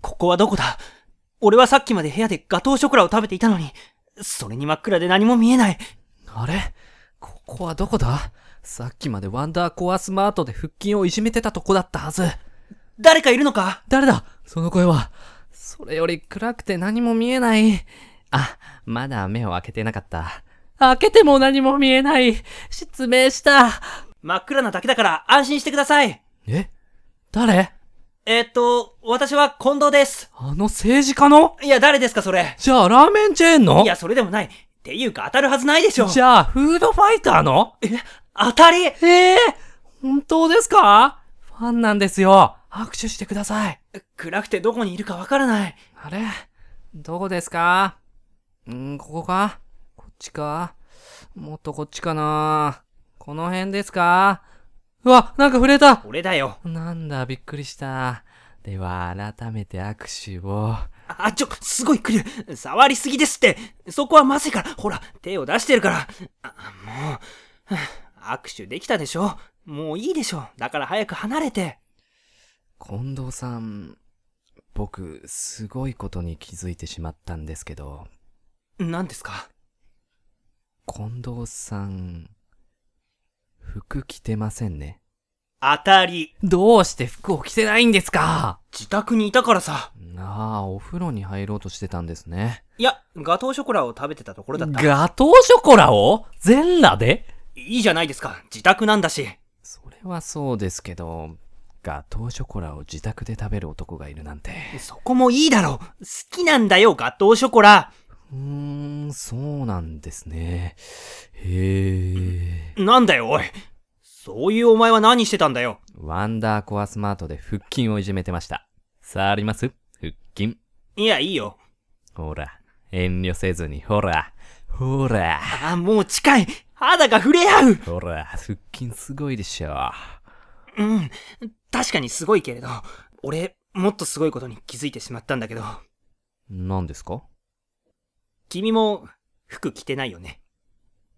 ここはどこだ俺はさっきまで部屋でガトーショコラを食べていたのに、それに真っ暗で何も見えない。あれここはどこださっきまでワンダーコアスマートで腹筋をいじめてたとこだったはず。誰かいるのか誰だその声は。それより暗くて何も見えない。あ、まだ目を開けてなかった。開けても何も見えない。失明した。真っ暗なだけだから安心してください。え誰えーっと、私は近藤です。あの政治家のいや、誰ですか、それ。じゃあラーメンチェーンのいや、それでもない。っていうか当たるはずないでしょ。じゃあフードファイターの当たりええ本当ですかファンなんですよ。拍手してください。暗くてどこにいるかわからない。あれどこですかうーん、ここかこっちかもっとこっちかなこの辺ですかうわ、なんか触れた俺だよ。なんだ、びっくりした。では、改めて握手を。あ、ちょ、すごい来る。触りすぎですって。そこはまずいから。ほら、手を出してるから。あ、もうはあ。握手できたでしょもういいでしょだから早く離れて。近藤さん、僕、すごいことに気づいてしまったんですけど、何ですか近藤さん、服着てませんね。当たり。どうして服を着てないんですか自宅にいたからさ。ああ、お風呂に入ろうとしてたんですね。いや、ガトーショコラを食べてたところだった。ガトーショコラを全裸でいいじゃないですか。自宅なんだし。それはそうですけど、ガトーショコラを自宅で食べる男がいるなんて。そこもいいだろう。好きなんだよ、ガトーショコラ。うーん、そうなんですね。へえ。なんだよ、おい。そういうお前は何してたんだよ。ワンダーコアスマートで腹筋をいじめてました。さあ、あります腹筋。いや、いいよ。ほら、遠慮せずに、ほら、ほら。ああ、もう近い。肌が触れ合う。ほら、腹筋すごいでしょ。うん。確かにすごいけれど、俺、もっとすごいことに気づいてしまったんだけど、何ですか君も服着てないよね。